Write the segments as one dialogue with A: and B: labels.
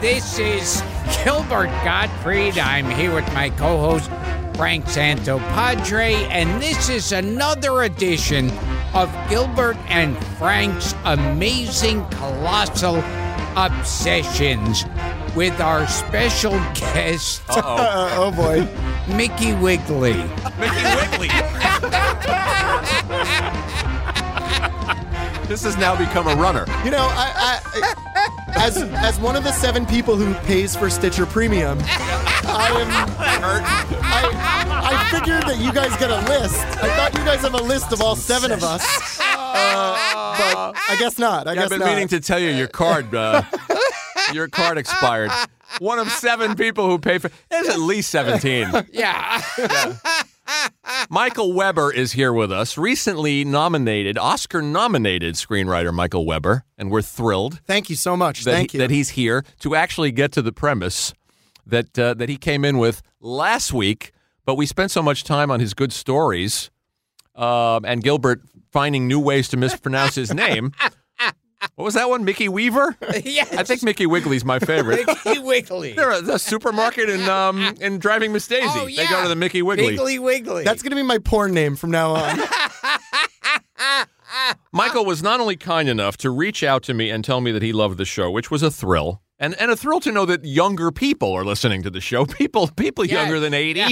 A: This is Gilbert Gottfried. I'm here with my co host, Frank Santopadre, and this is another edition of Gilbert and Frank's amazing colossal obsessions with our special guest,
B: Uh, oh boy.
A: Mickey Wiggly.
C: Mickey Wiggly. this has now become a runner.
B: You know, I, I, I as as one of the seven people who pays for Stitcher Premium, I am
C: Hurt.
B: I I figured that you guys get a list. I thought you guys have a list of all seven of us. Uh, but I guess not. I
C: I've
B: guess
C: been
B: not.
C: meaning to tell you your card. Uh, your card expired. One of seven people who pay for. There's at least seventeen.
A: Yeah.
C: Michael Weber is here with us. Recently nominated, Oscar-nominated screenwriter Michael Weber, and we're thrilled
B: Thank you so much.
C: that,
B: Thank
C: he-
B: you.
C: that he's here to actually get to the premise that uh, that he came in with last week. But we spent so much time on his good stories um, and Gilbert finding new ways to mispronounce his name. What was that one? Mickey Weaver?
A: yes.
C: I think Mickey Wiggly's my favorite.
A: Mickey Wiggly.
C: They're a, the supermarket in um, in Driving Miss Daisy.
A: Oh,
C: They go
A: yeah.
C: to the Mickey Wiggly.
A: Wiggly Wiggly.
B: That's gonna be my porn name from now on.
C: Michael was not only kind enough to reach out to me and tell me that he loved the show, which was a thrill. And, and a thrill to know that younger people are listening to the show. People people
A: Yes.
C: younger than 80
A: Yeah.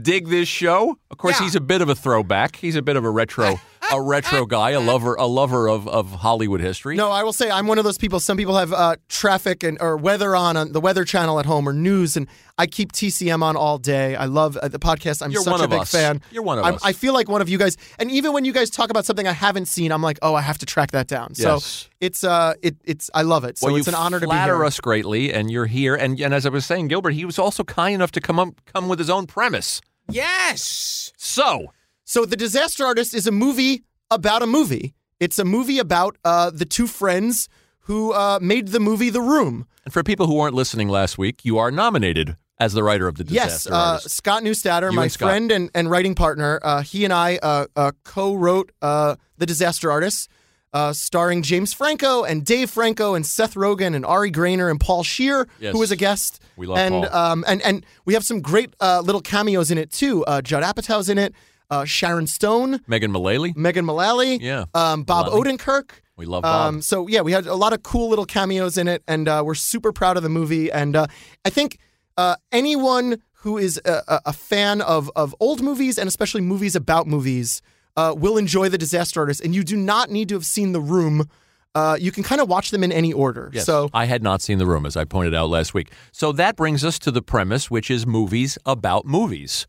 C: dig this show. Of course,
A: Yeah.
C: he's a bit of a throwback. He's a bit of a retro a retro guy, a lover a lover of, of Hollywood history.
B: No, I will say I'm one of those people. Some people have uh, traffic and or weather on on the Weather Channel at home or news, and I keep TCM on all day. I love uh, the podcast. I'm
C: You're
B: such
C: one
B: a
C: of
B: big
C: us.
B: fan.
C: You're one of
B: I'm-
C: us.
B: I feel like one of you guys. And even when you guys talk about something I haven't seen, I'm like, oh, I have to track that down.
C: Yes.
B: So it's uh, it it's I love it. So
C: well, you
B: it's an honor to be
C: flatter
B: here.
C: us greatly, and you're here. And, and as I was saying, Gilbert, he was also kind enough to come up come with his own premise.
A: yes.
C: So
B: So the Disaster Artist is a movie about a movie. It's a movie about uh, the two friends who uh, made the movie The Room.
C: and for people who weren't listening last week, you are nominated as the writer of the
B: Yes,
C: disaster.
B: uh,
C: Artist.
B: Scott Newstatter,
C: You
B: my
C: and Scott.
B: friend and, and writing partner, uh, he and I uh, uh, co-wrote uh, The Disaster Artist, uh, starring James Franco and Dave Franco and Seth Rogen and Ari Grainer and Paul Shear,
C: Yes.
B: who was a guest.
C: We love
B: and,
C: Paul.
B: Um, and and we have some great uh, little cameos in it too. Uh, Judd Apatow's in it, uh, Sharon Stone,
C: Megan Mullally.
B: Megan Mullally,
C: Yeah.
B: um, Bob Odenkirk.
C: We love Bob.
B: Um, so yeah, we had a lot of cool little cameos in it, and uh, we're super proud of the movie. And uh, I think uh, anyone who is a, a- a fan of of old movies and especially movies about movies uh, will enjoy The Disaster Artist. And you do not need to have seen The Room. Uh, you can kind of watch them in any order.
C: Yes,
B: So
C: I had not seen the room, as I pointed out last week. So that brings us to the premise, which is movies about movies,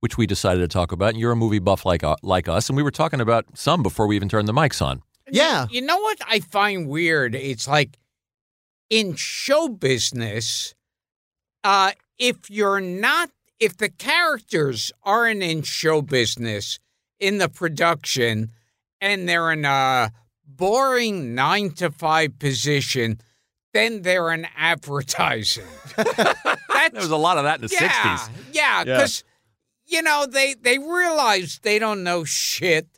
C: which we decided to talk about. And you're a movie buff like uh, like us, and we were talking about some before we even turned the mics on.
B: yeah,
A: You know what I find weird? It's like in show business, uh, if you're not, if the characters aren't in show business in the production and they're in a boring nine to five position, then they're in advertising.
C: There
A: That's
C: was a lot of that in the
A: yeah,
C: 60s.
A: Yeah,
C: Yeah.
A: because you know they they realize they don't know shit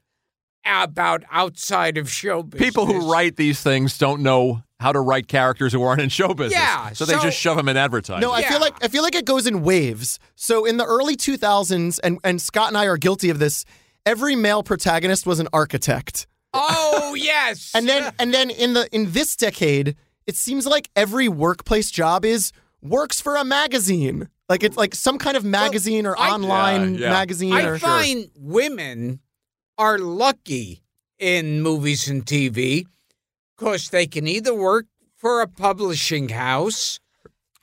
A: about outside of show business.
C: People who write these things don't know how to write characters who aren't in show business.
A: Yeah,
C: so they
A: so-
C: just shove them in advertising.
B: No, I
A: Yeah.
B: feel like I feel like it goes in waves. So in the early 2000s, and and Scott and I are guilty of this. Every male protagonist was an architect.
A: Oh yes,
B: And then and then in the in this decade, it seems like every workplace job is works for a magazine. Like it's like some kind of magazine or
A: I-
B: online
C: Yeah, yeah.
B: magazine
A: I
B: or
A: find women are lucky in movies and TV because they can either work for a publishing house,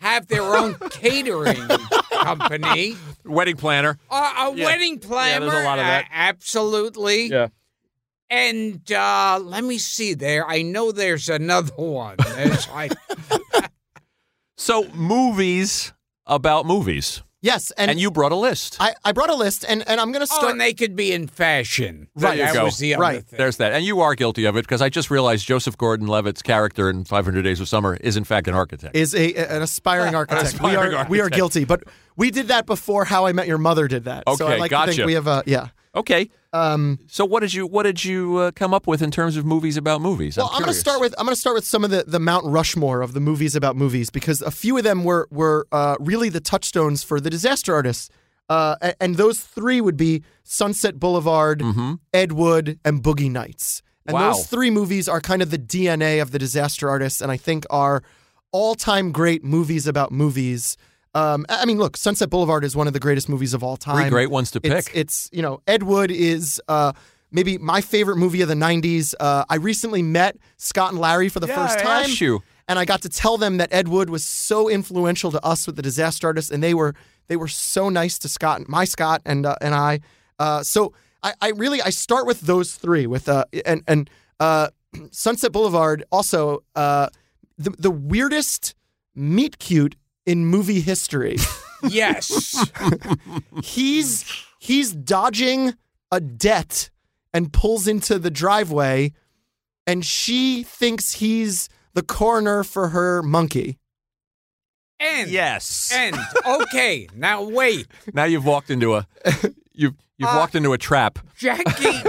A: have their own catering company,
C: Wedding planner.
A: or a
C: Yeah.
A: wedding
C: Yeah,
A: planner.
C: there's a lot of
A: a-
C: that.
A: absolutely.
C: Yeah.
A: And uh, let me see there. I know there's another one. There's like, oh,
C: So movies about movies,
B: Yes, and,
C: and, you brought a list.
B: I, I brought a list and, and I'm gonna
A: oh,
B: start
A: and they could be in fashion.
C: There
A: Right.
C: you
A: that
C: go.
A: was the other
B: Right.
A: thing.
C: There's that. And you are guilty of it because I just realized Joseph Gordon Levitt's character in 500 Days of Summer is, in fact, an architect.
B: is a an aspiring architect. we are
C: aspiring
B: we are
C: architect.
B: guilty, but we did that before How I Met Your Mother did that. so I
C: Okay,
B: like to
C: gotcha.
B: think we have a yeah.
C: Okay.
B: Um,
C: So what did you what did you uh, come up with in terms of movies about movies?
B: well, I'm, going to
C: curious.
B: start with I'm going to start with some of the, the Mount Rushmore of the movies about movies because a few of them were were uh, really the touchstones for the disaster artists, uh, a- and, those three would be Sunset Boulevard, Ed Wood, and Boogie Nights. And
C: Mm-hmm. Wow.
B: those three movies are kind of the DNA of the disaster artists, and I think are all time great movies about movies. Um, I I mean, look, Sunset Boulevard is one of the greatest movies of all time.
C: three great ones to
B: It's,
C: pick.
B: it's you know, Ed Wood is uh, maybe my favorite movie of the '90s. Uh, I recently met Scott and Larry for the
C: Yeah,
B: first
C: I
B: time,
C: asked you.
B: and I got to tell them that Ed Wood was so influential to us with the Disaster Artist, and they were they were so nice to Scott, and my Scott, and uh, and I. Uh, so I, I really I start with those three with uh, and and uh, Sunset Boulevard also uh, the the weirdest meet cute in movie history
A: Yes.
B: he's he's dodging a debt and pulls into the driveway and she thinks he's the coroner for her monkey.
A: And
C: yes.
A: and okay, now wait.
C: now you've walked into a you've you've
A: Uh,
C: walked into a trap.
A: Jackie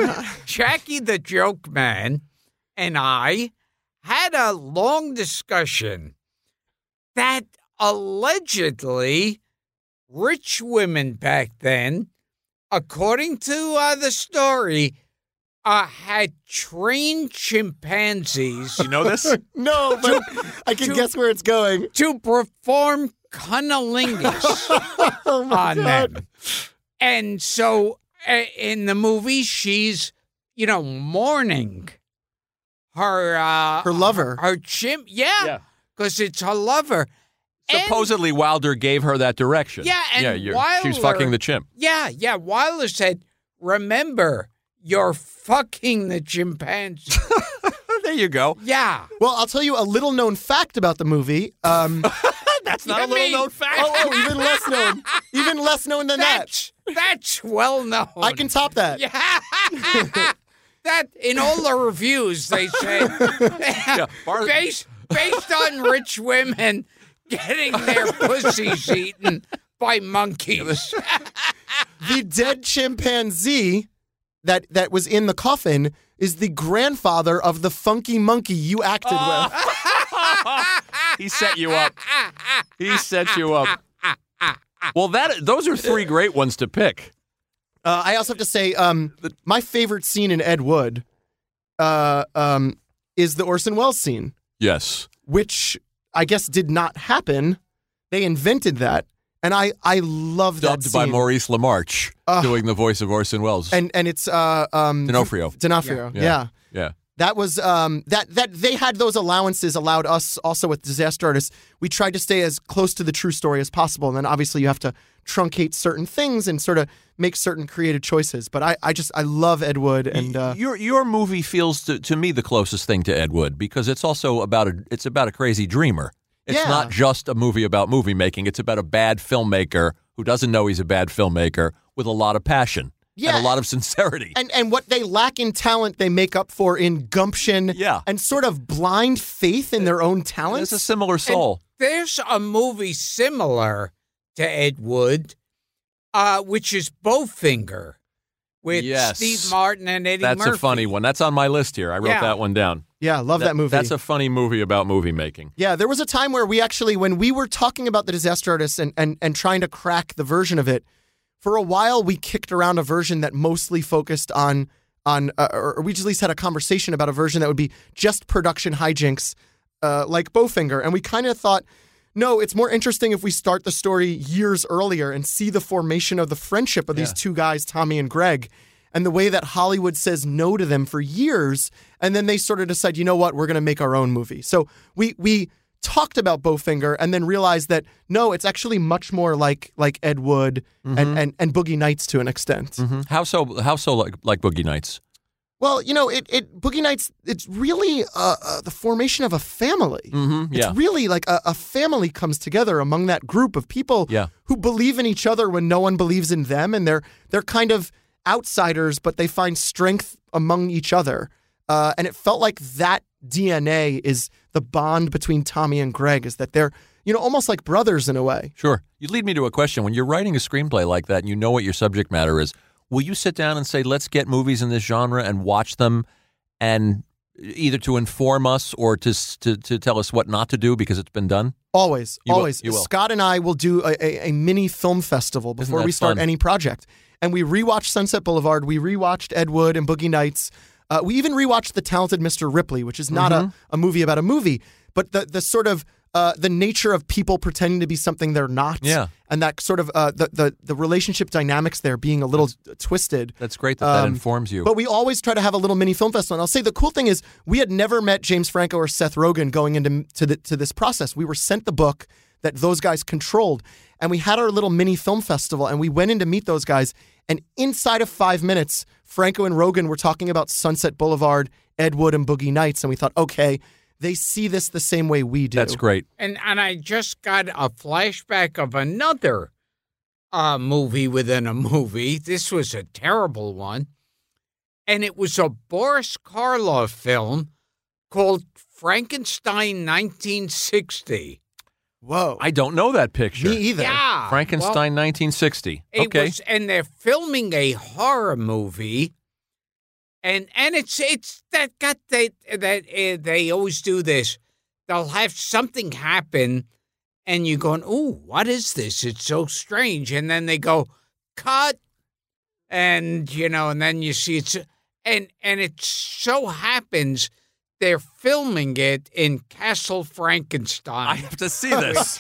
A: Jackie the joke man and I had a long discussion that allegedly rich women back then according to uh, the story uh, had trained chimpanzees
C: You know this?
B: No, but I can guess where it's going.
A: to perform cunnilingus
B: Oh
A: on them. And so uh, in the movie, she's, you know, mourning her uh,
B: Her lover.
A: her chimp. Yeah, because it's her lover. And-
C: Supposedly Wilder gave her that direction.
A: Yeah, and
C: yeah, you're- she was
A: Wilder-
C: fucking the chimp.
A: yeah, yeah. Wyler said, "Remember, you're fucking the chimpanzee."
C: there you go.
A: yeah.
B: Well, I'll tell you a little known fact about the movie. Um,
C: That's
A: You mean-
C: fact.
B: oh, oh, even less known. Even less known than that.
A: That's oh, that's well known.
B: I can top that.
A: Yeah. that in all the reviews they say
C: Bar-
A: based based on rich women getting their pussies eaten by monkeys.
B: the dead chimpanzee that that was in the coffin is the grandfather of the funky monkey you acted with.
C: He set you up. He set you up. Well, that those are three great ones to pick.
B: Uh, I also have to say, um, my favorite scene in Ed Wood uh, um, is the Orson Welles scene,
C: Yes.
B: which I guess did not happen. They invented that, and I I love that
C: Dubbed by
B: scene.
C: Maurice LaMarche,
B: Ah.
C: doing the voice of Orson Welles.
B: and and it's uh, um,
C: D'Onofrio.
B: D'Onofrio,
C: Yeah.
B: yeah.
C: yeah.
B: That was um, that that they had those allowances allowed us also with disaster artists. We tried to stay as close to the true story as possible, and then obviously you have to truncate certain things and sort of make certain creative choices. But I, I just I love Ed Wood, and uh,
C: your your movie feels to, to me the closest thing to Ed Wood because it's also about a it's about a crazy dreamer. It's
B: Yeah.
C: not just a movie about movie making. It's about a bad filmmaker who doesn't know he's a bad filmmaker with a lot of passion
B: Yeah.
C: and a lot of sincerity.
B: and and what they lack in talent, they make up for in gumption,
C: Yeah.
B: and sort of blind faith in their own
C: And
B: talents.
C: it's a similar soul.
A: There's a movie similar to Ed Wood, uh, which is Bowfinger with
C: Yes.
A: Steve Martin and Eddie
C: That's
A: Murphy.
C: a funny one. That's on my list here. I wrote
A: Yeah.
C: that one down.
B: yeah, love that, movie.
C: That's a funny movie about movie making.
B: Yeah, there was a time where we actually, when we were talking about the disaster artist and, and, and trying to crack the version of it, for a while we kicked around a version that mostly focused on on, uh, or we just at least had a conversation about a version that would be just production hijinks, uh, like Bowfinger, and we kind of thought, no, it's more interesting if we start the story years earlier and see the formation of the friendship of these two guys, Tommy and Greg. And the way that Hollywood says no to them for years, and then they sort of decide, you know what, we're going to make our own movie. So we we talked about Bowfinger and then realized that no, it's actually much more like like Ed Wood and, and and Boogie Nights to an extent.
C: How so? How so? Like like Boogie Nights.
B: Well, you know, it it Boogie Nights. It's really uh, uh, the formation of a family.
C: Mm-hmm. Yeah.
B: It's really like a, a family comes together among that group of people
C: Yeah.
B: who believe in each other when no one believes in them, and they're they're kind of outsiders, but they find strength among each other. Uh, and it felt like that DNA is the bond between Tommy and Greg is that they're you know almost like brothers in a way.
C: Sure. You lead me to a question. When you're writing a screenplay like that and you know what your subject matter is, will you sit down and say, let's get movies in this genre and watch them and either to inform us or to, s- to, to tell us what not to do because it's been done?
B: Always,
C: You will,
B: always.
C: you will.
B: Scott and I will do a, a, a mini film festival before
C: that
B: we start
C: fun?
B: any project. And we rewatched Sunset Boulevard. We rewatched Ed Wood and Boogie Nights. Uh, we even rewatched The Talented Mr. Ripley, which is not
C: Mm-hmm.
B: a, a movie about a movie, but the, the sort of uh, the nature of people pretending to be something they're not.
C: Yeah.
B: And that sort of uh, the, the, the relationship dynamics there being a little twisted.
C: That's great that that
B: Um,
C: informs you.
B: But we always try to have a little mini film festival. And I'll say the cool thing is we had never met James Franco or Seth Rogen going into to, the, to this process. We were sent the book that those guys controlled, and we had our little mini film festival, and we went in to meet those guys. And inside of five minutes, Franco and Rogan were talking about Sunset Boulevard, Ed Wood, and Boogie Nights, and we thought, okay, they see this the same way we do.
C: That's great.
A: And and I just got a flashback of another uh, movie within a movie. This was a terrible one, and it was a Boris Karloff film called Frankenstein 1960.
B: Whoa,
C: I don't know that picture.
B: me either.
A: Yeah,
C: Frankenstein
A: well,
C: 1960.
A: it
C: okay.
A: was, and they're filming a horror movie. And and it's it's that got that that uh, they always do this. They'll have something happen, and you're going, "Ooh, what is this? It's so strange." And then they go, "Cut," and you know, and then you see it's and and it so happens they're filming it in Castle Frankenstein.
C: I have to see this.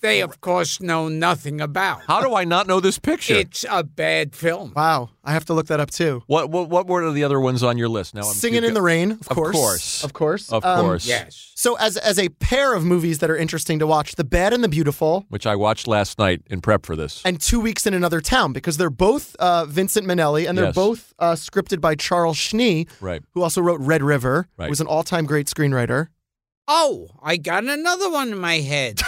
A: they of course know nothing about.
C: How do I not know this picture?
A: It's a bad film.
B: Wow, I have to look that up too.
C: What, what what were the other ones on your list? Now I'm
B: Singing in the rain, of,
C: Of
B: course,
C: course.
B: of course,
C: Of
B: Um,
C: course.
A: Yes.
B: So as as a pair of movies that are interesting to watch, The Bad and the Beautiful,
C: which I watched last night in prep for this.
B: and Two Weeks in Another Town, because they're both uh, Vincent Minnelli and they're
C: Yes.
B: both uh, scripted by Charles Schnee,
C: Right.
B: who also wrote Red River,
C: Right.
B: who was an all time great screenwriter.
A: Oh, I got another one in my head.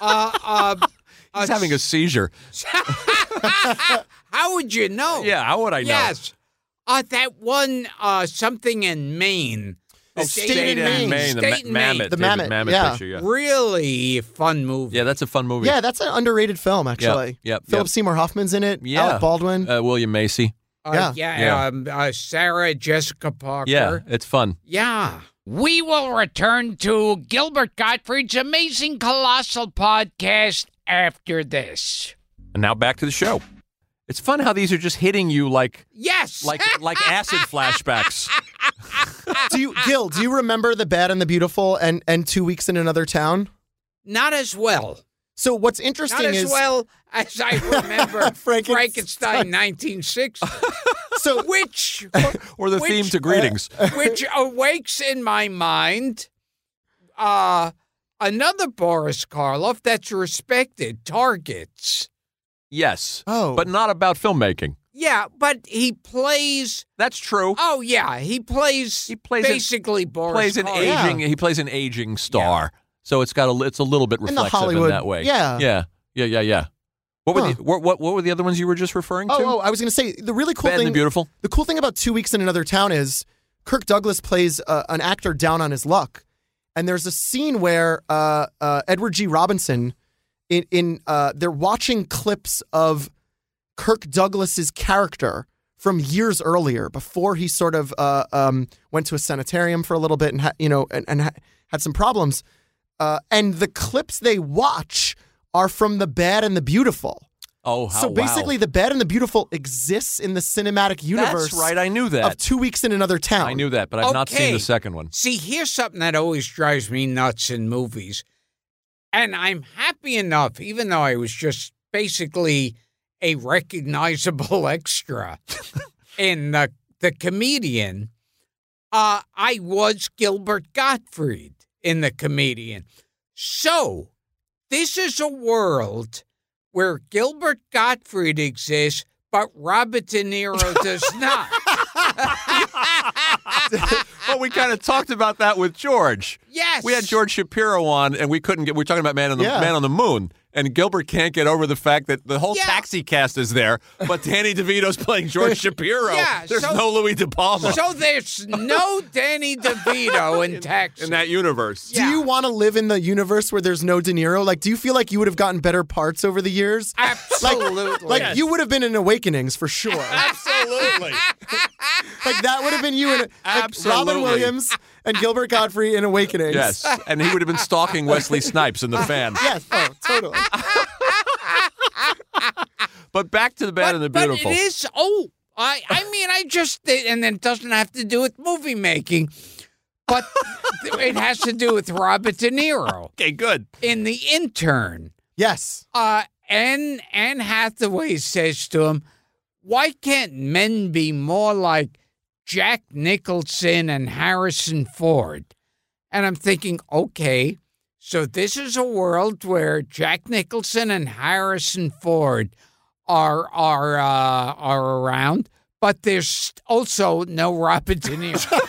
A: uh, uh,
C: He's having a seizure.
A: how would you
B: Oh.
A: know?
C: Yeah, how would I know?
A: Yes. Uh, that one, uh, something in Maine.
B: Oh,
A: The
B: State in Maine.
C: the
A: State
C: ma-
A: in
C: mammoth,
B: The
C: David
B: mammoth, yeah.
C: picture, yeah.
A: Really fun movie.
C: Yeah, that's a fun movie.
B: Yeah, that's an underrated film actually.
C: yep,
B: Philip
C: yep.
B: Seymour Hoffman's in it.
C: Yeah.
B: Alec Baldwin.
C: Uh, William Macy.
A: Uh,
C: Yeah.
A: yeah.
C: Yeah.
A: Um, uh, Sarah Jessica Parker.
C: Yeah, it's fun.
A: Yeah. We will return to Gilbert Gottfried's amazing colossal podcast after this.
C: And now back to the show. It's fun how these are just hitting you like
A: Yes.
C: like like acid flashbacks.
B: do you, Gil? Do you remember The Bad and the Beautiful and and Two Weeks in Another Town?
A: Not as well.
B: So what's
A: Not
B: interesting
A: as
B: is
A: well as I remember
B: Frankenstein.
A: Frankenstein 1960,
B: so
A: which
C: or the
A: Which-
C: theme
B: uh,
C: to greetings.
A: which awakes in my mind uh, another Boris Karloff that's respected, Targets.
C: yes.
B: oh,
C: But not about filmmaking.
A: Yeah, but he plays.
C: That's true.
A: Oh yeah, he plays.
C: He plays an-
A: basically Boris.
C: plays an
A: Karloff.
B: Oh, Yeah.
C: aging. He plays an aging star. So it's got a. It's a little bit
B: the
C: reflexive
B: Hollywood-
C: that way.
B: yeah.
C: Yeah. Yeah. Yeah. Yeah. What were
B: Huh.
C: the what, what what were the other ones you were just referring to?
B: oh, oh, I was going to say the really cool
C: Bad and
B: thing.
C: the Beautiful.
B: The cool thing about Two Weeks in Another Town is Kirk Douglas plays uh, an actor down on his luck, and there's a scene where uh, uh, Edward G. Robinson, in, in uh, they're watching clips of Kirk Douglas's character from years earlier, before he sort of uh, um, went to a sanitarium for a little bit and ha- you know and, and ha- had some problems, uh, and the clips they watch are from The Bad and the Beautiful.
C: Oh, how,
B: So basically,
C: wow.
B: the bad and the beautiful exists in the cinematic universe
C: That's right. I knew that.
B: of two weeks in another town.
C: I knew that, but I've not seen
A: Okay.
C: the second one.
A: See, here's something that always drives me nuts in movies. And I'm happy enough, even though I was just basically a recognizable extra in the, the comedian. Uh, I was Gilbert Gottfried in the comedian. So, this is a world where Gilbert Gottfried exists, but Robert De Niro does not.
C: well, we kind of talked about that with George.
A: Yes.
C: We had George Shapiro on, and we couldn't get. We were talking about Man on the
B: Yeah.
C: Man on the Moon, and Gilbert can't get over the fact that the whole
A: Yeah.
C: taxi cast is there, but Danny DeVito's playing George Shapiro.
A: Yeah,
C: There's
A: so-
C: no Louis De Palma
A: So there's no Danny DeVito in Texas.
C: in that universe.
B: Do
A: Yeah.
B: you want to live in the universe where there's no De Niro? Like, do you feel like you would have gotten better parts over the years?
A: Absolutely.
B: Like, you would have been in Awakenings for sure.
C: Absolutely.
B: like, that would have been you in like, Robin
C: Absolutely.
B: Williams and Gilbert Godfrey in Awakenings.
C: yes. And he would have been stalking Wesley Snipes in the fan.
B: Yes. Oh, totally.
C: But back to the bad and the beautiful.
A: But it is. Oh, I. I mean, I just did, and it doesn't have to do with movie making, but it has to do with Robert De Niro
C: okay, good.
A: in The Intern.
B: Yes.
A: Uh, and Anne Hathaway says to him, "Why can't men be more like Jack Nicholson and Harrison Ford?" And I'm thinking, okay, so this is a world where Jack Nicholson and Harrison Ford are are uh, are around, but there's also no Robert De Niro.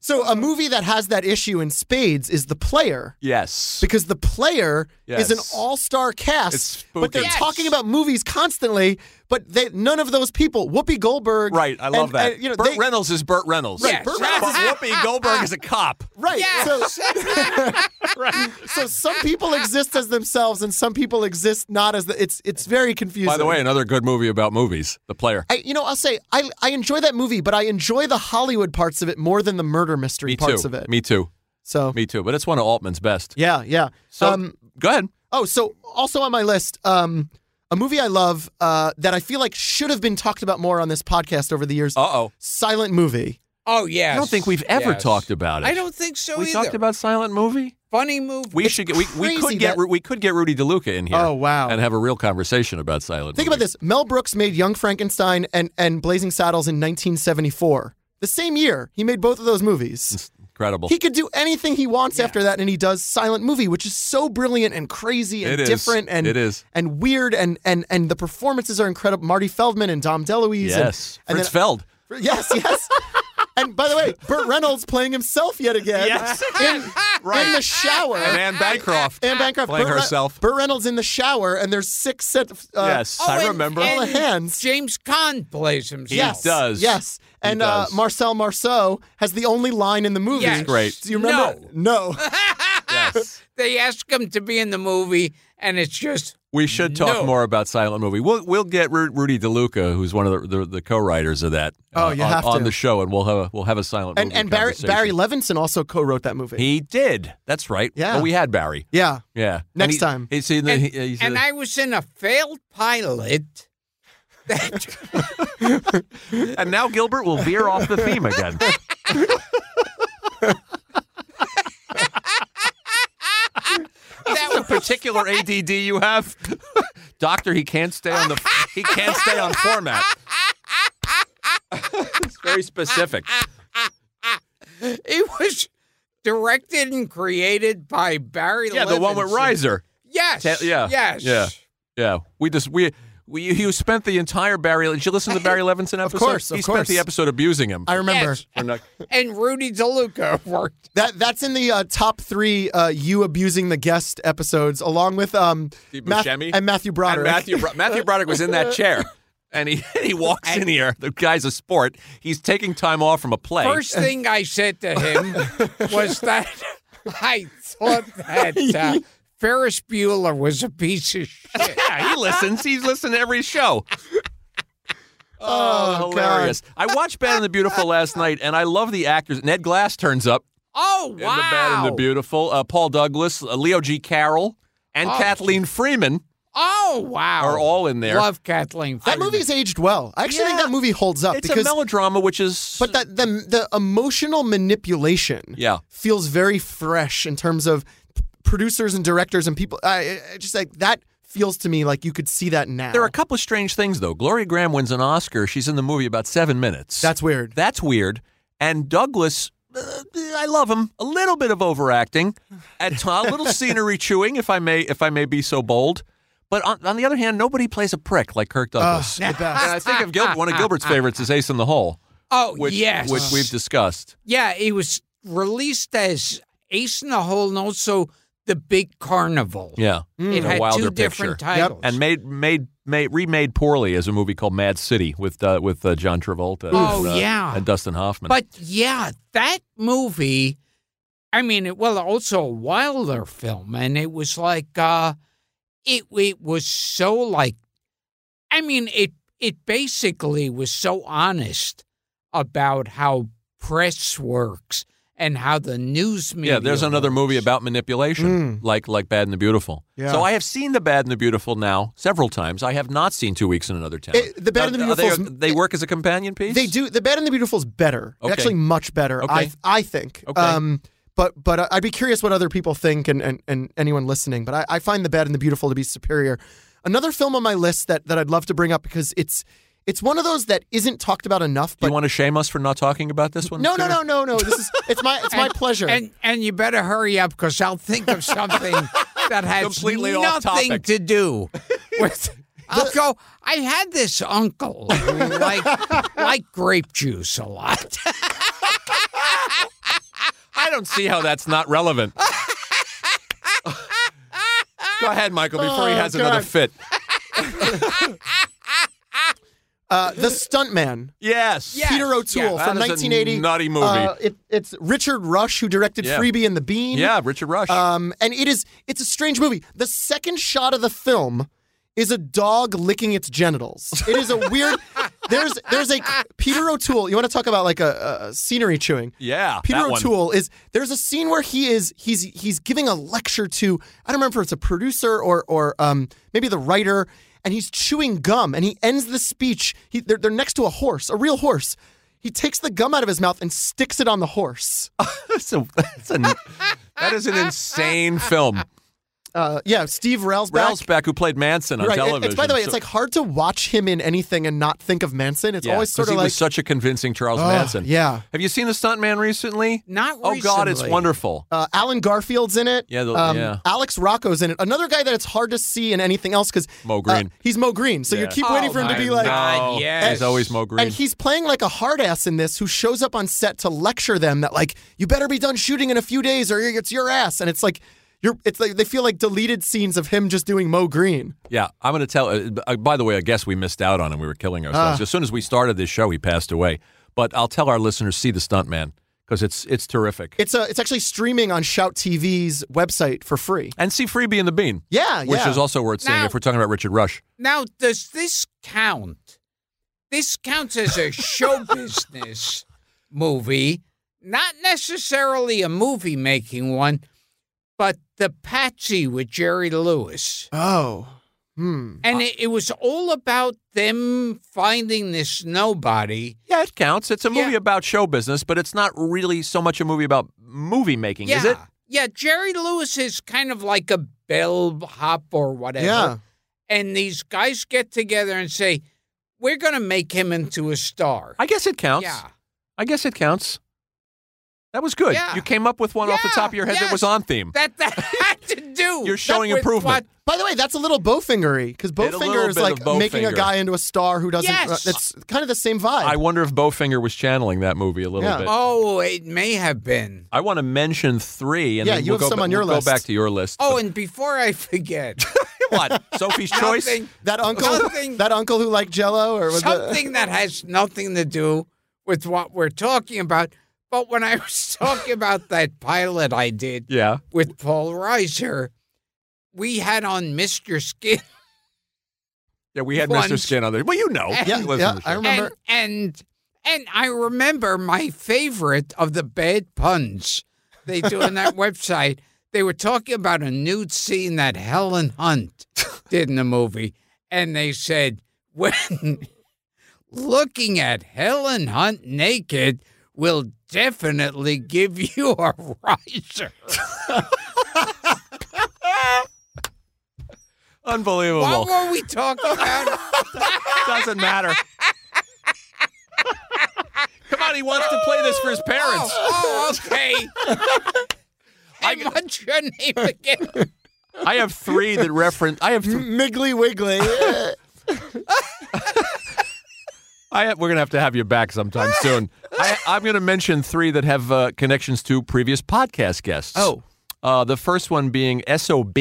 B: So a movie that has that issue in spades is The Player.
C: Yes.
B: Because the player is an
C: Yes.
B: all-star cast,
C: It's spooky.
B: but they're
A: Yes.
B: talking about movies constantly. But they, none of those people, Whoopi Goldberg,
C: Right, I love
B: and-
C: that.
B: and, you know,
C: Burt
B: they-
C: Reynolds is Burt Reynolds.
A: Right, Yes. Burt
C: But
A: Reynolds
C: Whoopi Goldberg is a cop.
B: right?
A: Yes.
B: So, so some people exist as themselves, and some people exist not as the, it's. It's very confusing.
C: By the way, another good movie about movies, The Player.
B: I, you know, I'll say I I enjoy that movie, but I enjoy the Hollywood parts of it more than the murder mystery
C: Me
B: parts
C: too.
B: of it.
C: Me too.
B: so
C: Me too. But it's one of Altman's best.
B: yeah, yeah.
C: So go ahead.
B: Oh, so also on my list, um, a movie I love uh, that I feel like should have been talked about more on this podcast over the years.
C: Uh oh.
B: Silent movie.
A: oh yes.
C: I don't think we've ever
A: yes.
C: talked about it.
A: I don't think so
C: We
A: either.
C: talked about silent movie.
A: funny movie.
C: We should get. We, we
B: crazy
C: could get.
B: that-
C: Ru- we could get Rudy DeLuca in here.
B: Oh, wow.
C: And have a real conversation about silent.
B: Think about this: Mel Brooks made Young Frankenstein and and Blazing Saddles in 1974. The same year he made both of those movies.
C: Incredible.
B: He could do anything he wants after that, and he does Silent Movie, which is so brilliant and crazy and
C: It is.
B: different and
C: It is.
B: and weird and and and the performances are incredible. Marty Feldman and Dom DeLuise. and-
C: yes.
B: and,
C: Fritz
B: then,
C: Feld.
B: Yes, yes. and by the way, Burt Reynolds playing himself yet again. In, in the shower.
C: And Anne Bancroft.
B: Anne Bancroft
C: playing
B: Burt Re-
C: herself.
B: Burt Reynolds in the shower, and there's six set. Uh,
C: yes,
A: Oh,
C: I
A: and-
C: remember.
B: All the
A: and
B: hands.
A: James Caan plays himself.
B: Yes.
C: does.
B: Yes.
C: He
B: And uh,
C: does.
B: Marcel Marceau has the only line in the movie.
A: Yes.
C: Great.
B: Do you remember? No.
C: yes.
A: They ask him to be in the movie, and it's just
C: We should talk
A: No.
C: more about silent movie. We'll we'll get Ru- Rudy DeLuca, who's one of the, the, the co-writers of that.
B: Oh, you
C: on,
B: have
C: on
B: to.
C: the show, and we'll have a, we'll have a silent
B: and
C: movie
B: and Barry,
C: conversation.
B: Barry Levinson also co-wrote that movie.
C: He did. That's right.
B: Yeah.
C: Well, we had Barry.
B: yeah.
C: Yeah.
B: Next
C: And he-
B: time.
C: He's in the,
A: And,
C: he- he's in
A: and
C: the-
A: I was in a failed pilot. That,
C: and now Gilbert will veer off the theme again.
A: that
C: the
A: was
C: particular ADD you have, Doctor, he can't stay on the he can't stay on format. it's very specific.
A: it was directed and created by Barry.
C: Yeah, the one with
A: Levinson.
C: Riser.
A: Yes.
C: Te- yeah,
A: Yes.
C: yeah. Yeah, we just we. We, you spent the entire Barry. Did you listen to the Barry Levinson episode?
B: course,
C: he
B: of
C: spent
B: course.
C: the episode abusing him.
B: I remember.
A: Yes.
C: Or not-
A: And Rudy DeLuca worked.
B: That that's in the uh, top three uh, you abusing the guest episodes, along with um
C: Steve Buscemi?
B: and Matthew
C: and
B: Broderick.
C: Matthew Bro- Matthew Broderick was in that chair, and he he walks in here. The guy's a sport. He's taking time off from a play.
A: First thing I said to him was that I thought that uh, Ferris Bueller was a piece of shit.
C: Yeah, he listens. He's listened to every show.
B: Oh,
C: hilarious! I watched Bad and the Beautiful last night, and I love the actors. Ned Glass turns up
A: Oh
C: in
A: wow!
C: The Bad and the Beautiful. Uh, Paul Douglas, uh, Leo G. Carroll, and
A: Oh.
C: Kathleen Freeman
A: Oh wow!
C: are all in there.
A: Love Kathleen.
B: That
A: Freeman.
B: movie's aged well. I actually think
C: Yeah.
B: that movie holds up
C: it's
B: because
C: a melodrama, which is
B: but that the the emotional manipulation
C: yeah.
B: feels very fresh in terms of p- producers and directors and people. I, I just like that feels to me like you could see that now.
C: There are a couple of strange things though. Gloria Graham wins an Oscar. She's in the movie about seven minutes.
B: That's weird.
C: That's weird. And Douglas, uh, I love him. A little bit of overacting, at t- a little scenery chewing, if I may, if I may be so bold. But on, on the other hand, nobody plays a prick like Kirk Douglas.
B: the
C: and
B: best.
C: I think of Gil- one of Gilbert's favorites is Ace in the Hole,
A: Oh
C: which
A: yes,
C: which we've discussed.
A: yeah. It was released as Ace in the Hole and also The Big Carnival.
C: Yeah,
A: Mm.
C: Mm.
A: It
C: a
A: had
C: wilder
A: two
C: picture.
A: different titles.
C: and made made made remade poorly as a movie called Mad City with uh, with uh, John Travolta.
A: Oh,
C: and, uh,
A: yeah.
C: and Dustin Hoffman.
A: But yeah, that movie, I mean, it, well, also a Wilder film, and it was like, uh, it it was so like, I mean, it it basically was so honest about how press works and how the news media.
C: yeah, there's another
A: works.
C: movie about manipulation, like like Bad and the Beautiful.
B: Hmm. Yeah.
C: So I have seen the Bad and the Beautiful now several times. I have not seen Two Weeks in Another Town.
B: It- The Bad and the
C: Are they,
B: Beautiful is-
C: they work as a companion piece.
B: They do. The Bad and the Beautiful is better.
C: Okay.
B: Actually, much better. I
C: Okay.
B: I think.
C: Okay.
B: Um, but but uh, I'd be curious what other people think and, and, and anyone listening. But I, I find The Bad and the Beautiful to be superior. Another film on my list that, that I'd love to bring up because it's it's one of those that isn't talked about enough.
C: Do
B: But
C: you want to shame us for not talking about this one?
B: no no
C: Peter?
B: no no no. This is it's my it's my pleasure.
A: And and you better hurry up because I'll think of something that has
C: Completely off
A: nothing
C: topic.
A: to do with. I'll go. I had this uncle who like like grape juice a lot.
C: I don't see how that's not relevant. Go ahead, Michael, before he
B: Oh,
C: has another
B: God.
C: fit.
B: uh, the Stuntman.
C: Yes.
A: Yeah.
B: Peter O'Toole
C: that
B: from
C: is a
B: 1980.
C: nutty movie.
B: Uh, it, it's Richard Rush who directed
C: Yeah.
B: Freebie and the Bean.
C: Yeah, Richard Rush.
B: Um, and it is it's a strange movie. The second shot of the film is a dog licking its genitals. It is a weird. there's there's a Peter O'Toole. You want to talk about like a, a scenery chewing?
C: yeah,
B: Peter
C: that one.
B: O'Toole is there's a scene where he is he's he's giving a lecture to I don't remember if it's a producer or or um, maybe the writer and he's chewing gum and he ends the speech he, they're, they're next to a horse a real horse he takes the gum out of his mouth and sticks it on the horse
C: That's a, that's a, that is an insane film.
B: uh, yeah Steve Railsback
C: Ralsback, who played Manson on
B: Right. it-
C: television.
B: It's by the way,
C: so-
B: it's like hard to watch him in anything and not think of Manson. It's
C: yeah,
B: always
C: 'cause
B: sort of
C: he
B: like
C: was such a convincing Charles
B: "Ugh,
C: Manson.
B: Yeah.
C: Have you seen The Stuntman recently?
A: Not
C: Oh God, it's
A: recently.
C: wonderful.
B: Uh, Alan Garfield's in it. Um,
C: Yeah, the- yeah.
B: Alex Rocco's in it. Another guy that it's hard to see in anything else because
C: Mo Green.
B: he's Mo Green, so you keep
A: Oh
B: waiting for him to
A: my
B: be like.
A: God.
C: no,
A: yes.
C: he's always Mo Green.
B: And he's playing like a hard ass in this, who shows up on set to lecture them that like you better be done shooting in a few days or it's your ass. And it's like you're, it's like they feel like deleted scenes of him just doing Mo Green.
C: yeah, I'm going to tell. Uh, uh, by the way, I guess we missed out on him. We were killing ourselves. as soon as we started this show, he passed away. But I'll tell our listeners see The Stuntman because it's it's terrific.
B: It's a, it's actually streaming on Shout TV's website for free.
C: and see Freebie and the Bean,
B: Yeah,
C: which
B: yeah.
C: is also worth seeing
A: Now-
C: if we're talking about Richard Rush.
A: Now, does this count? This counts as a show business movie, not necessarily a movie making one, but the Patsy with Jerry Lewis.
B: Oh. Hmm.
A: And it, it was all about them finding this nobody.
C: Yeah, it counts. It's a
A: Yeah.
C: movie about show business, but it's not really so much a movie about movie making,
A: Yeah.
C: is it?
A: Yeah, Jerry Lewis is kind of like a bellhop or whatever.
B: Yeah.
A: And these guys get together and say, we're going to make him into a star.
C: I guess it counts.
A: yeah.
C: I guess it counts. That was good.
A: Yeah.
C: You came up with one off the
A: Yeah,
C: top of your head that
A: yes.
C: was on theme.
A: That, that had to do.
C: You're showing
A: with
C: improvement.
B: By the way, that's a little Bowfingery because
C: Did a little
B: Bowfinger is
C: bit
B: like
C: of Bowfinger.
B: making a guy into a star who doesn't. uh,
A: Yes.
B: that's kind of the same vibe.
C: I wonder if Bowfinger was channeling that movie a little
B: Yeah.
C: bit.
A: What, oh, it may have been.
C: I want to mention three, and
B: Yeah,
C: then
B: you
C: we'll
B: have
C: go
B: some
C: ba-
B: on your
C: we'll
B: list.
C: Go back to your list.
A: Oh, and before I forget,
C: what? Sophie's Choice.
A: something,
B: that uncle,
A: Something-
B: that uncle who liked Jello, or was it-
A: something that has nothing to do with what we're talking about. But when I was talking about that pilot I did
C: Yeah.
A: with Paul Reiser, we had on Mr. Skin.
C: Yeah, we had
A: One.
C: Mr. Skin on there. Well, you know.
A: Yeah,
C: He
B: yeah,
C: lives in the show.
B: I remember.
A: And, and and I remember my favorite of the bad puns they do on that website. They were talking about a nude scene that Helen Hunt did in the movie, and they said when looking at Helen Hunt naked will definitely give you a riser. What
C: Unbelievable.
A: were we talking about?
C: Doesn't matter. Come on, he wants to play this for his parents.
A: Oh, oh, okay. I what's your name again? Oh.
C: I have three that reference. I have. Th-
B: Miggly Wiggly. Yeah.
C: I have, we're gonna have to have you back sometime soon. I, I'm gonna mention three that have uh, connections to previous podcast guests.
B: Oh.
C: Uh, the first one being SOB,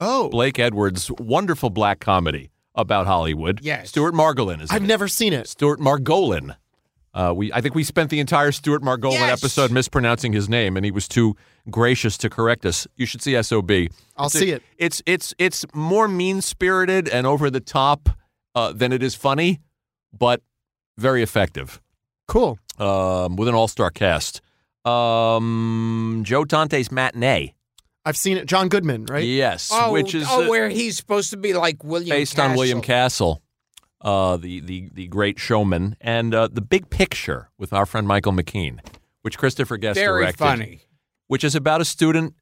B: Oh,
C: Blake Edwards' wonderful black comedy about Hollywood.
A: Yes.
C: Stuart Margolin is
B: I've
C: in it.
B: never seen it.
C: Stuart Margolin. Uh, we, I think we spent the entire Stuart Margolin
A: Yes.
C: episode mispronouncing his name, and he was too gracious to correct us. You should see SOB.
B: I'll
C: It's a-
B: see it.
C: It's it's it's more mean spirited and over the top uh, than it is funny, but very effective
B: Cool.
C: um, with an all star cast. Um, Joe Dante's matinee,
B: I've seen it. John Goodman, right?
C: Yes,
A: Oh,
C: which is
A: oh,
C: uh,
A: where he's supposed to be like William
C: based on William Castle, uh, the, the, the great showman, and uh, The Big Picture with our friend Michael McKean, which Christopher Guest
A: Very
C: directed,
A: funny.
C: which is about a student.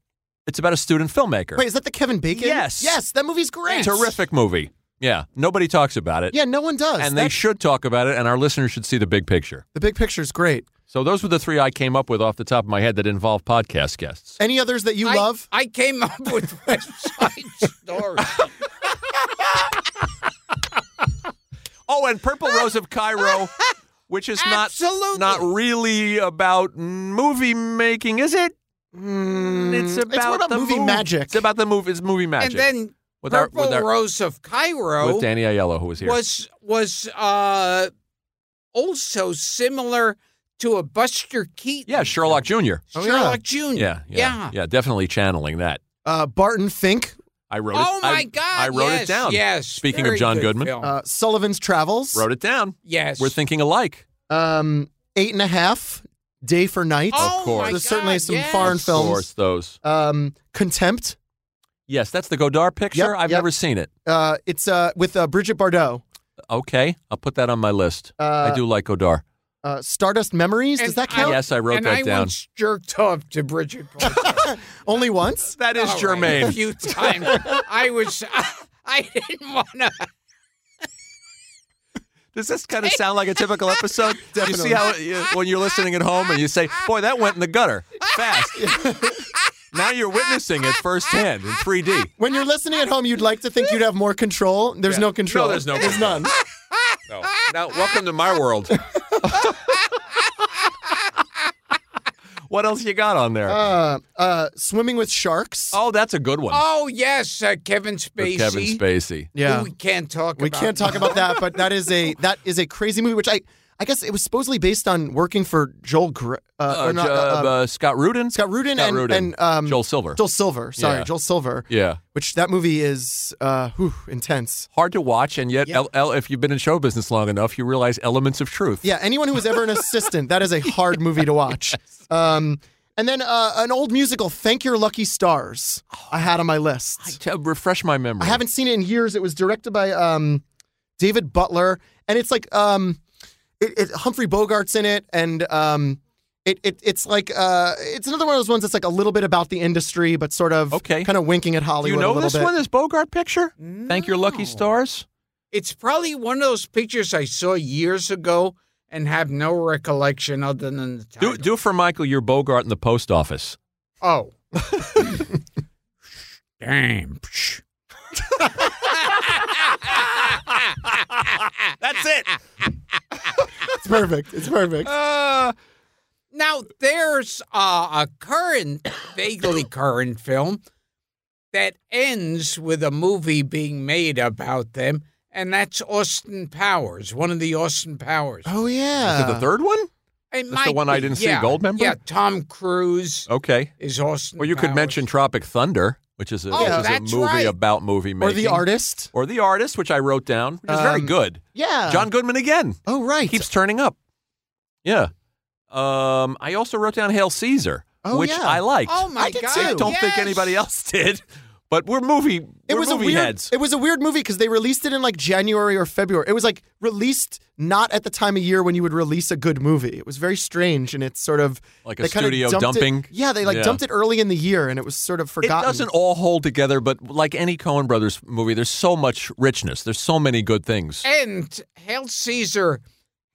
C: It's about a student filmmaker.
B: Wait, is that the Kevin Bacon?
C: Yes.
B: Yes, that movie's great.
C: Terrific movie. Yeah, nobody talks about it,
B: Yeah, no one does.
C: and they
B: That-
C: should talk about it, and our listeners should see the big picture.
B: the big picture's great.
C: So those were the three I came up with off the top of my head that involve podcast guests.
B: Any others that you
A: I,
B: love?
A: I came up with West Side Story.
C: Oh, and Purple Rose of Cairo, which is not
A: Absolutely.
C: not really about movie making, is it? Hmm, it's about,
B: Mm, more about
C: the
B: movie
C: mov-
B: magic.
C: It's about the movie. It's movie magic.
A: and then
C: with our,
A: Purple
C: with, our,
A: Rose of Cairo
C: with Danny Aiello, who was here.
A: was was uh, also similar to a Buster Keaton.
C: yeah, Sherlock Jr.
B: Oh, yeah.
A: Sherlock Jr.
C: Yeah, yeah,
A: yeah.
C: definitely channeling that.
B: Uh, Barton Fink,
C: I wrote
A: Oh
C: it.
A: my
C: I,
A: God!
C: I wrote
A: yes,
C: it down.
A: Yes.
C: Speaking of
A: very
C: John
A: good
C: Goodman.
A: film.
B: uh, Sullivan's Travels,
C: Wrote it down.
A: yes.
C: We're thinking alike.
B: um, Eight and a Half, Day for Night.
A: oh
C: course.
A: My
B: There's
A: God,
B: certainly some
A: yes.
B: foreign
C: Of
B: films.
C: course, those.
B: Um, Contempt.
C: Yes, that's the Godard picture.
B: Yep,
C: I've
B: yep.
C: never seen it.
B: Uh, it's uh, with uh, Bridget Bardot.
C: Okay, I'll put that on my list.
B: Uh,
C: I do like Godard.
B: Uh, Stardust Memories. Does
A: And
B: that
A: I-
B: count?
C: Yes, I wrote
A: and
C: that
A: I
C: down.
A: once jerked off to Bridget. Bardot.
B: Only once.
C: that is
A: All right,
C: germane.
A: a few times. I was. I didn't want to.
C: Does this kind of sound like a typical episode? you see
B: Definitely.
C: how you, when you're listening at home and you say, "Boy, that went in the gutter fast." now you're witnessing it firsthand in 3D.
B: When you're listening at home, you'd like to think you'd have more control. There's no control.
C: No, there's no
B: There's
C: control.
B: none.
C: No. Now, welcome to my world. what else you got on there?
B: Uh, uh, swimming with sharks.
C: oh, that's a good one.
A: Oh yes, uh, Kevin Spacey.
C: With Kevin Spacey.
A: who
B: yeah.
A: we can't talk.
B: We
A: about.
B: can't talk about that, but that is a that is a crazy movie. Which I I guess it was supposedly based on working for Joel Gr- uh,
C: Uh,
B: or not,
C: J-
B: uh, uh,
C: uh, Scott Rudin.
B: Scott Rudin
C: Scott
B: and,
C: Rudin.
B: and um,
C: Joel Silver.
B: Joel Silver. Sorry,
C: Yeah.
B: Joel Silver.
C: yeah.
B: Which that movie is uh, whew, intense.
C: Hard to watch, and yet,
A: Yeah.
C: el- el- if you've been in show business long enough, you realize elements of truth.
B: Yeah, anyone who was ever an assistant, that is a hard movie to watch. Um, and then uh, an old musical, Thank Your Lucky Stars, I had on my list.
C: Oh. I- to uh, refresh my memory.
B: I haven't seen it in years. It was directed by um, David Butler, and it's like um, it, it, Humphrey Bogart's in it, and um, it, it it's like uh, it's another one of those ones that's like a little bit about the industry, but sort of
C: Okay.
B: kind of winking at
C: Do
B: Hollywood
C: you
B: a
C: know
B: little
C: this
B: bit.
C: one, this Bogart picture? Thank your lucky
A: No.
C: stars.
A: It's probably one of those pictures I saw years ago and have no recollection other than the title.
C: Do, do for Michael your Bogart in the post office.
A: Oh. Damn. Psh.
C: That's it.
B: It's perfect. It's perfect.
C: Uh,
A: Now there's uh, a current, vaguely current film that ends with a movie being made about them, and that's Austin Powers, one of the Austin Powers.
B: Oh
C: is it
B: yeah.
C: the third one?
A: It
C: the one I didn't see,
A: yeah,
C: Goldmember?
A: Yeah, Tom Cruise
C: Okay.
A: is Austin.
C: Well, you could
A: Powers.
C: mention Tropic Thunder, which is a,
A: Oh,
C: which is a
A: that's
C: movie
A: right.
C: about movie making.
B: Or the artist.
C: Or The Artist, which I wrote down, which is very
B: Um,
C: good.
B: Yeah.
C: John Goodman again.
B: Oh right.
C: Keeps turning up. Yeah. Um, I also wrote down Hail Caesar,
B: Oh,
C: which
B: yeah.
C: I liked.
A: Oh my
B: I did
A: god!
B: too.
C: I don't think
A: yes.
C: anybody else did. But we're movie.
B: it
C: we're
B: was a
C: movie
B: weird.
C: heads.
B: It was a weird movie because they released it in like January or February. It was like released not at the time of year when you would release a good movie. It was very strange, and it's sort of
C: Like a
B: they kinda
C: studio
B: dumped it-
C: dumping?
B: yeah, they like
C: Yeah.
B: dumped it early in the year, and it was sort of
C: It
B: forgotten.
C: doesn't all hold together, but like any Coen Brothers movie, there's so much richness. There's so many good things.
A: And Hail Caesar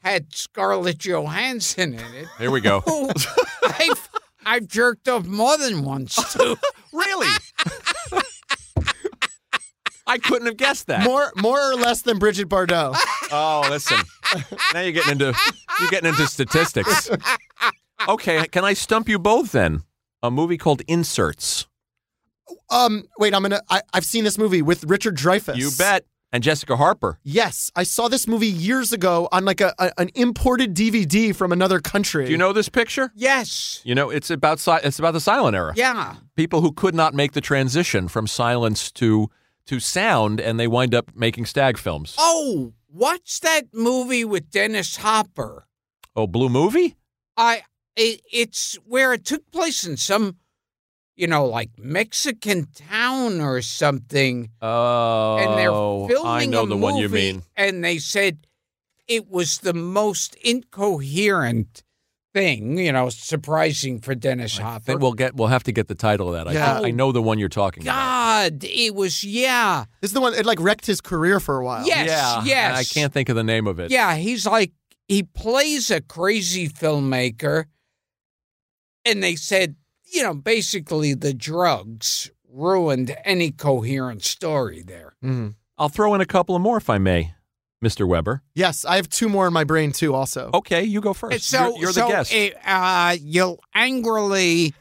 A: had Scarlett Johansson in it.
C: Here we go.
B: Oh,
A: who I've I've jerked off more than once to.
C: really? I couldn't have guessed that.
B: more more or less than Bridget Bardot.
C: Oh, listen. Now you're getting into you're getting into statistics. Okay, can I stump you both then? A movie called Inserts,
B: Um, wait, I'm gonna. I, I've seen this movie with Richard Dreyfuss.
C: You bet. And Jessica Harper.
B: Yes, I saw this movie years ago on like a, a- an imported DVD from another country.
C: Do you know this picture?
A: Yes.
C: You know, it's about si- it's about the silent era.
A: Yeah.
C: People who could not make the transition from silence to to sound, and they wind up making stag films.
A: Oh, what's that movie with Dennis Hopper?
C: Oh, Blue Movie?
A: I it, it's where it took place in some, you know, like Mexican town or something,
C: Oh,
A: and they're filming
C: I know
A: a
C: the one you
A: movie,
C: mean.
A: And they said it was the most incoherent thing, you know, surprising for Dennis
C: I
A: Hopper.
C: think we'll get we'll have to get the title of that. I,
B: Yeah.
C: think- I know the one you're talking about.
A: God, it was yeah,
B: this is the one it like wrecked his career for a while.
A: Yes,
C: yeah,
A: yes.
C: I can't think of the name of it.
A: yeah. He's like he plays a crazy filmmaker, and they said, you know, basically the drugs ruined any coherent story there.
B: Mhm.
C: I'll throw in a couple of more if I may, Mr. Weber.
B: Yes, I have two more in my brain too. Also,
C: Okay, you go first.
A: So
C: you're, you're
A: so,
C: the guest.
A: eh, uh, you'll angrily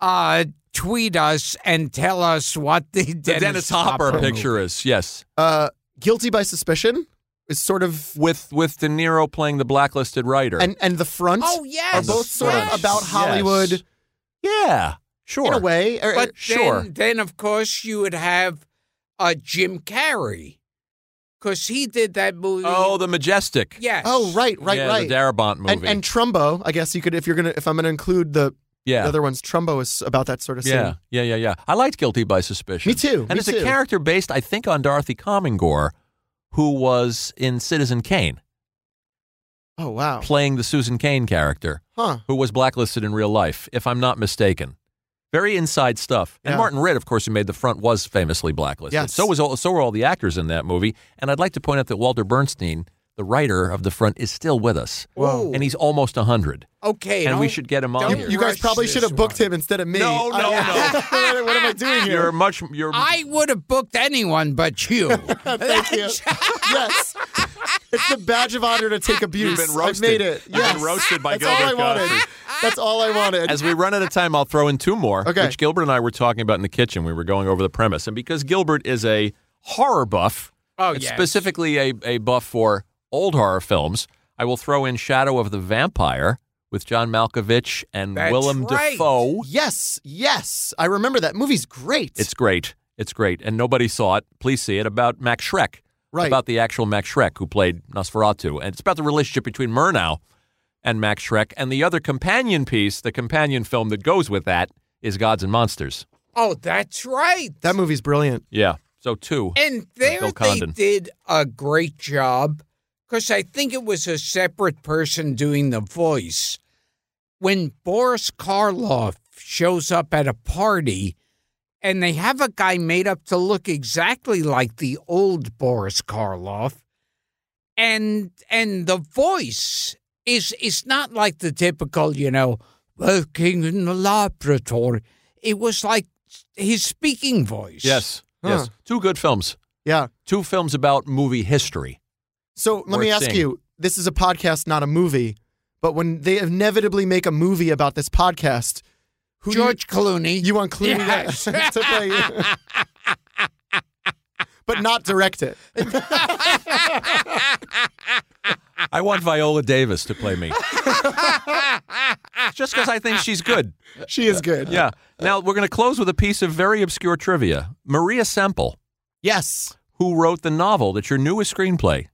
A: uh, tweet us and tell us what the,
C: the Dennis, Hopper,
A: movie-
C: picture is yes,
B: uh, guilty by suspicion is sort of
C: with with De Niro playing the blacklisted writer.
B: and and the front
A: Oh yes,
B: are both sort
A: yes.
B: of about Hollywood
C: yeah, sure.
B: in a way. er, Or-
A: But
C: Uh, Sure.
A: then, then of course you would have uh, Jim Carrey, because he did that movie.
C: Oh, the majestic.
A: yes.
B: oh, right, right,
C: yeah,
B: right.
C: The Darabont movie.
B: and, and Trumbo, I guess you could if you're gonna if I'm gonna include the,
C: yeah.
B: the other ones. Trumbo is about that sort of
C: yeah,
B: scene.
C: yeah, yeah, yeah. I liked Guilty by Suspicion.
B: Me too,
C: And
B: me
C: it's
B: too.
C: a character based, I think, on Dorothy Commingore, who was in Citizen Kane,
B: Oh wow,
C: playing the Susan Kane character,
B: huh?
C: who was blacklisted in real life, if I'm not mistaken. Very inside stuff. And
B: Yeah.
C: Martin Ritt, of course, who made the front, was famously blacklisted.
B: Yes.
C: So was all, so were all the actors in that movie. And I'd like to point out that Walter Bernstein, the writer of the front, is still with us,
A: Whoa.
C: and he's almost hundred.
A: okay.
C: and we
A: don't-
C: should get him on
A: don't
C: here.
B: You guys
A: rush
B: probably
A: this
B: should have booked
A: one.
B: him instead of me.
C: No, no,
B: I- what am I doing here?
C: You're much. You're
A: I would have booked anyone but you.
B: Thank you. yes. It's the badge of honor to take abuse.
C: You've been roasted.
B: I made it.
C: You've been
B: Yes.
C: roasted by
B: That's all I
C: Gilbert
B: wanted.
C: Gottfried.
B: That's all I wanted.
C: As we run out of time, I'll throw in two more,
B: Okay.
C: which Gilbert and I were talking about in the kitchen. We were going over the premise. And because Gilbert is a horror buff,
A: Oh,
C: and
A: yes.
C: specifically a, a buff for old horror films, I will throw in Shadow of the Vampire with John Malkovich and
A: That's
C: Willem
A: right.
C: Dafoe.
B: yes, yes. I remember that movie's great.
C: It's great. It's great. And nobody saw it. Please see it about Max Schreck.
B: right.
C: About the actual Max Schreck who played Nosferatu. And it's about the relationship between Murnau and Max Schreck. And the other companion piece, the companion film that goes with that, is Gods and Monsters.
A: oh, that's right.
B: that movie's brilliant.
C: Yeah. So two.
A: And there
C: Bill
A: they
C: Condon.
A: did a great job because I think it was a separate person doing the voice. When Boris Karloff shows up at a party and they have a guy made up to look exactly like the old Boris Karloff and and the voice is is not like the typical, you know, working in the laboratory. It was like his speaking voice.
C: Yes.
B: Huh.
C: Yes. Two good films.
B: Yeah.
C: Two films about movie history.
B: So let me
C: Worth
B: ask
C: seeing.
B: you this is a podcast, not a movie. But when they inevitably make a movie about this podcast, who do you-
A: George Clooney.
B: you, want Clooney
A: Yes.
B: to play you? but not direct it.
C: I want Viola Davis to play me. Just because I think she's good.
B: She is good.
C: Yeah. Now we're going to close with a piece of very obscure trivia. Maria Semple,
B: Yes.
C: who wrote the novel that your newest screenplay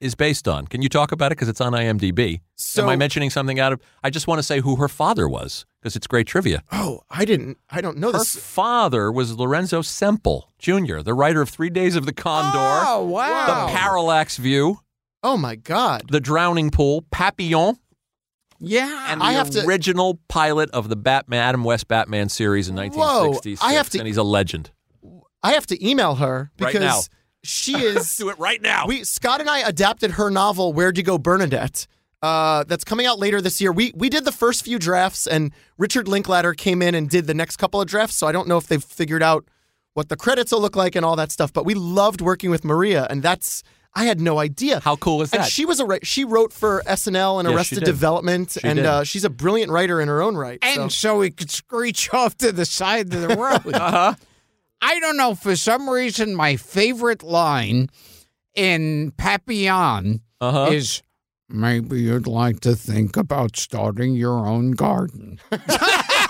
C: is based on. Can you talk about it? Because it's on IMDb.
B: So
C: Am I mentioning something out of? I just want to say who her father was because it's great trivia.
B: Oh, I didn't. I don't know
C: Her
B: this.
C: father was Lorenzo Semple Jr., the writer of Three Days of the Condor,
A: Oh wow!
C: The Parallax View,
B: Oh my God.
C: The Drowning Pool, Papillon,
A: yeah,
C: and
B: I
C: the
B: have to-
C: original pilot of the Batman Adam West Batman series in
B: Whoa,
C: 1966.
B: I have to-
C: and he's a legend.
B: I have to email her
C: Right
B: because
C: now.
B: she is.
C: Do it right now.
B: we Scott and I adapted her novel Where'd You Go Bernadette. Uh, that's coming out later this year. We we did the first few drafts, and Richard Linklater came in and did the next couple of drafts. So I don't know if they've figured out what the credits will look like and all that stuff. But we loved working with Maria, and that's I had no idea.
C: How cool is
B: and
C: that?
B: she was a wri- she wrote for SNL and
C: Yes, she
B: Arrested
C: did.
B: Development, and
C: did.
B: uh, she's a brilliant writer in her own right.
A: and
B: so.
A: so he could screech off to the side of the road.
C: uh-huh.
A: I don't know, for some reason, my favorite line in Papillon
C: Uh-huh.
A: is maybe you'd like to think about starting your own garden.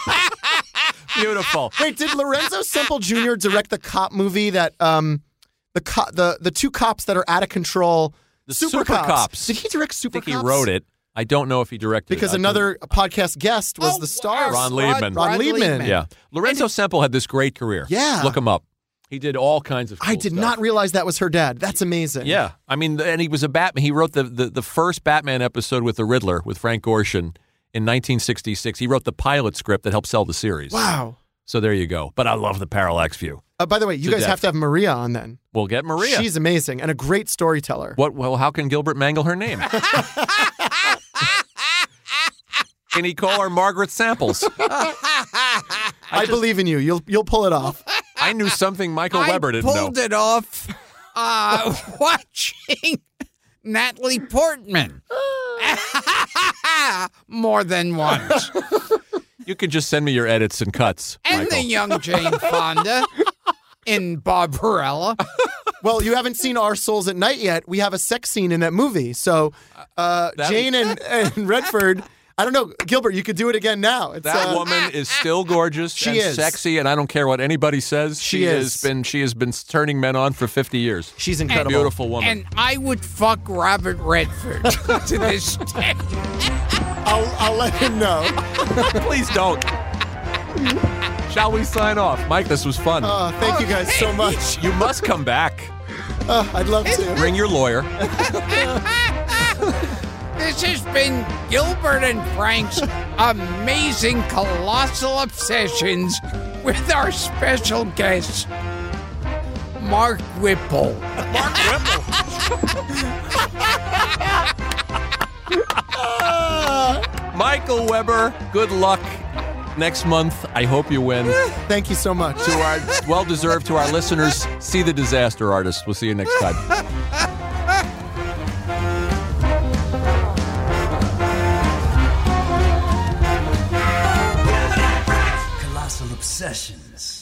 C: Beautiful.
B: Wait, did Lorenzo Semple Jr. direct the cop movie that um the co- the the two cops that are out of control?
C: The Super Cops.
B: Did he direct
C: I
B: Super
C: think
B: Cops?
C: he wrote it. I don't know if he directed
B: because
C: it. I think-
B: another podcast guest was
A: Oh,
B: the star.
C: Ron
A: wow,
C: Liebman.
B: Ron Liebman.
C: Yeah. Lorenzo Semple had this great career.
B: Yeah.
C: Look him up. He did all kinds of
B: I
C: cool
B: did
C: stuff.
B: not realize that was her dad. That's amazing.
C: Yeah, I mean, and he was a Batman. He wrote the, the the first Batman episode with the Riddler with Frank Gorshin in 1966. He wrote the pilot script that helped sell the series.
B: Wow.
C: So there you go. But I love the parallax view.
B: Uh, by the way, you
C: To
B: guys
C: death.
B: have to have Maria on then.
C: We'll get Maria.
B: She's amazing and a great storyteller.
C: what? Well, how can Gilbert mangle her name? can he call her Margaret Samples?
B: I, believe in you. You'll you'll pull it off.
C: I knew something Michael
A: I
C: Weber didn't know.
A: pulled it off uh, watching Natalie Portman more than once,
C: You can just send me your edits and cuts,
A: and
C: Michael.
A: the young Jane Fonda in Barbarella.
B: well, you haven't seen Our Souls at Night yet. We have a sex scene in that movie. So uh,
C: That-
B: Jane and, and Redford. I don't know, Gilbert. You could do it again now. It's,
C: That
B: uh,
C: woman is still gorgeous.
B: She
C: and
B: is.
C: sexy, and I don't care what anybody says.
B: She
C: has
B: is.
C: been she has been turning men on for fifty years.
B: She's incredible.
C: Beautiful woman.
A: And I would fuck Robert Redford to this day.
B: I'll, I'll let him know.
C: Please don't. Shall we sign off, Mike? This was fun.
B: Uh, thank you guys so much.
C: you must come back.
B: Uh, I'd love to.
C: Bring your lawyer.
A: This has been Gilbert and Frank's amazing colossal obsessions with our special guest, Mark Whipple.
C: Michael Weber. Good luck next month. I hope you win. to
B: Thank you so much.
C: our well deserved to our listeners. See the disaster artist. We'll see you next time.
D: Colossal Obsessions.